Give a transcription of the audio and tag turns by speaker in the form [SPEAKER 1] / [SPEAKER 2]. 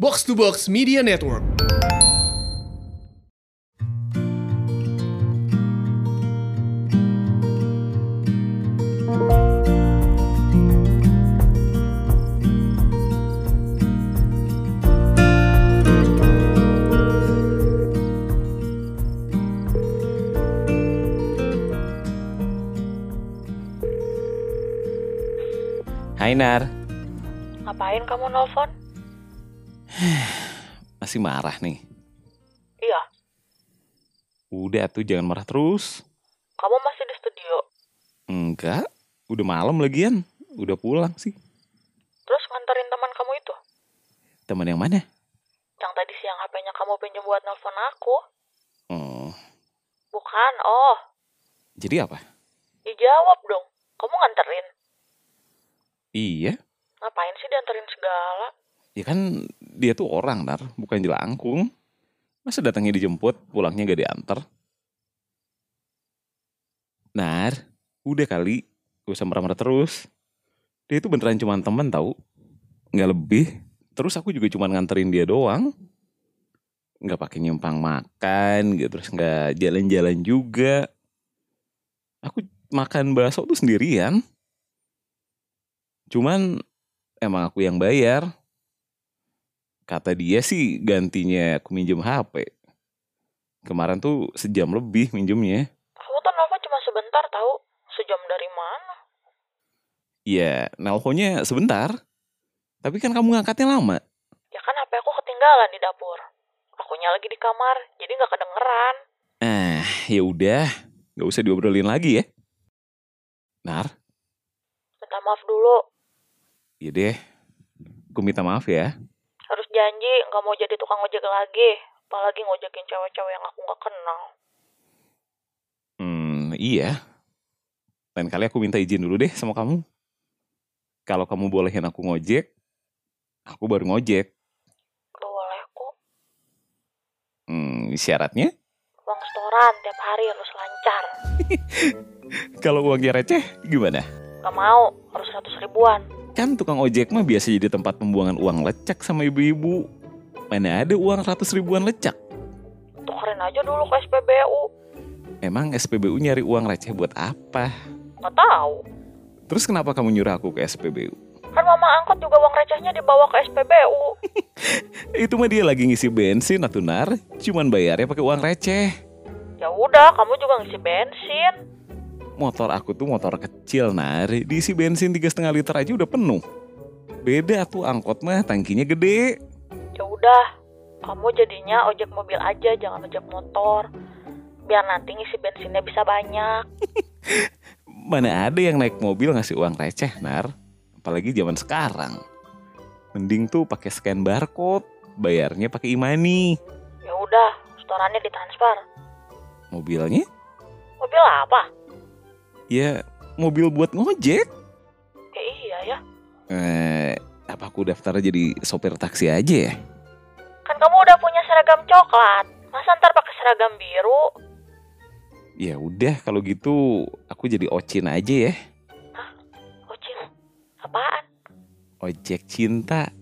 [SPEAKER 1] Box to Box Media Network.
[SPEAKER 2] Hai Nar,
[SPEAKER 3] Ngapain kamu nelfon?
[SPEAKER 2] masih marah nih.
[SPEAKER 3] Iya,
[SPEAKER 2] Udah tuh jangan marah terus.
[SPEAKER 3] kamu masih di studio.
[SPEAKER 2] Enggak, udah malam lagian. Udah pulang sih.
[SPEAKER 3] Terus nganterin teman kamu itu.
[SPEAKER 2] Teman yang mana?
[SPEAKER 3] Yang tadi siang HP-nya kamu pinjam buat nelfon aku.
[SPEAKER 2] Oh,
[SPEAKER 3] Bukan, oh.
[SPEAKER 2] jadi apa?
[SPEAKER 3] Dijawab dong. Kamu nganterin.
[SPEAKER 2] Iya,
[SPEAKER 3] Ngapain sih dianterin segala?
[SPEAKER 2] ya kan dia tuh orang Nar, bukan jelangkung. Masa datangnya dijemput, pulangnya gak diantar? Nar, udah kali. Gak usah marah-marah terus. Dia itu beneran cuman teman tahu Nggak lebih. Terus aku juga cuman nganterin dia doang. Nggak pakai nyumpang makan, gitu. Terus nggak jalan-jalan juga. Aku makan bakso tuh sendirian. Cuman emang aku yang bayar. Kata dia sih gantinya aku minjem HP. Kemarin tuh sejam lebih minjemnya.
[SPEAKER 3] Kamu tuh nelfon cuma sebentar tahu. Sejam dari mana?
[SPEAKER 2] Ya, nelponnya sebentar. Tapi kan kamu ngangkatnya lama.
[SPEAKER 3] Ya kan HP aku ketinggalan di dapur. Akunya lagi di kamar, jadi nggak kedengeran.
[SPEAKER 2] Eh, ya udah, nggak usah diobrolin lagi ya. Nar,
[SPEAKER 3] Minta maaf dulu.
[SPEAKER 2] ya deh. Aku minta maaf ya.
[SPEAKER 3] Harus janji nggak mau jadi tukang ojek lagi. Apalagi ngojekin cewek-cewek yang aku nggak kenal.
[SPEAKER 2] Hmm, iya. Lain kali aku minta izin dulu deh sama kamu. Kalau kamu bolehin aku ngojek, aku baru ngojek.
[SPEAKER 3] Boleh kok.
[SPEAKER 2] Hmm, syaratnya?
[SPEAKER 3] Uang setoran tiap hari harus lancar.
[SPEAKER 2] Kalau uangnya receh, gimana?
[SPEAKER 3] Gak mau, harus 100 ribuan.
[SPEAKER 2] Kan tukang ojek mah biasa jadi tempat pembuangan uang lecak sama ibu-ibu. Mana ada uang ratus ribuan lecak?
[SPEAKER 3] Tukerin aja dulu ke SPBU.
[SPEAKER 2] Emang SPBU nyari uang receh buat apa?
[SPEAKER 3] Gak tahu.
[SPEAKER 2] Terus kenapa kamu nyuruh aku ke SPBU?
[SPEAKER 3] Kan mama angkot juga uang recehnya dibawa ke SPBU.
[SPEAKER 2] Itu mah dia lagi ngisi bensin atau nar, cuman bayarnya pakai uang receh.
[SPEAKER 3] Ya udah, kamu juga ngisi bensin.
[SPEAKER 2] Motor aku tuh motor kecil nar, diisi bensin tiga setengah liter aja udah penuh. Beda tuh angkot mah tangkinya gede.
[SPEAKER 3] Ya udah, kamu jadinya ojek mobil aja, jangan ojek motor. Biar nanti ngisi bensinnya bisa banyak.
[SPEAKER 2] Mana ada yang naik mobil ngasih uang receh, Nar? Apalagi zaman sekarang. Mending tuh pakai scan barcode, bayarnya pakai e-money.
[SPEAKER 3] Ya udah, setorannya ditransfer.
[SPEAKER 2] Mobilnya?
[SPEAKER 3] Mobil apa?
[SPEAKER 2] Ya, mobil buat ngojek.
[SPEAKER 3] Ya iya ya.
[SPEAKER 2] Eh, apa aku daftar jadi sopir taksi aja ya?
[SPEAKER 3] Kan kamu udah punya seragam coklat. Masa ntar pakai seragam biru?
[SPEAKER 2] Ya udah, kalau gitu aku jadi ocin aja ya.
[SPEAKER 3] Kucing. Oh, Apaan?
[SPEAKER 2] Ojek cinta.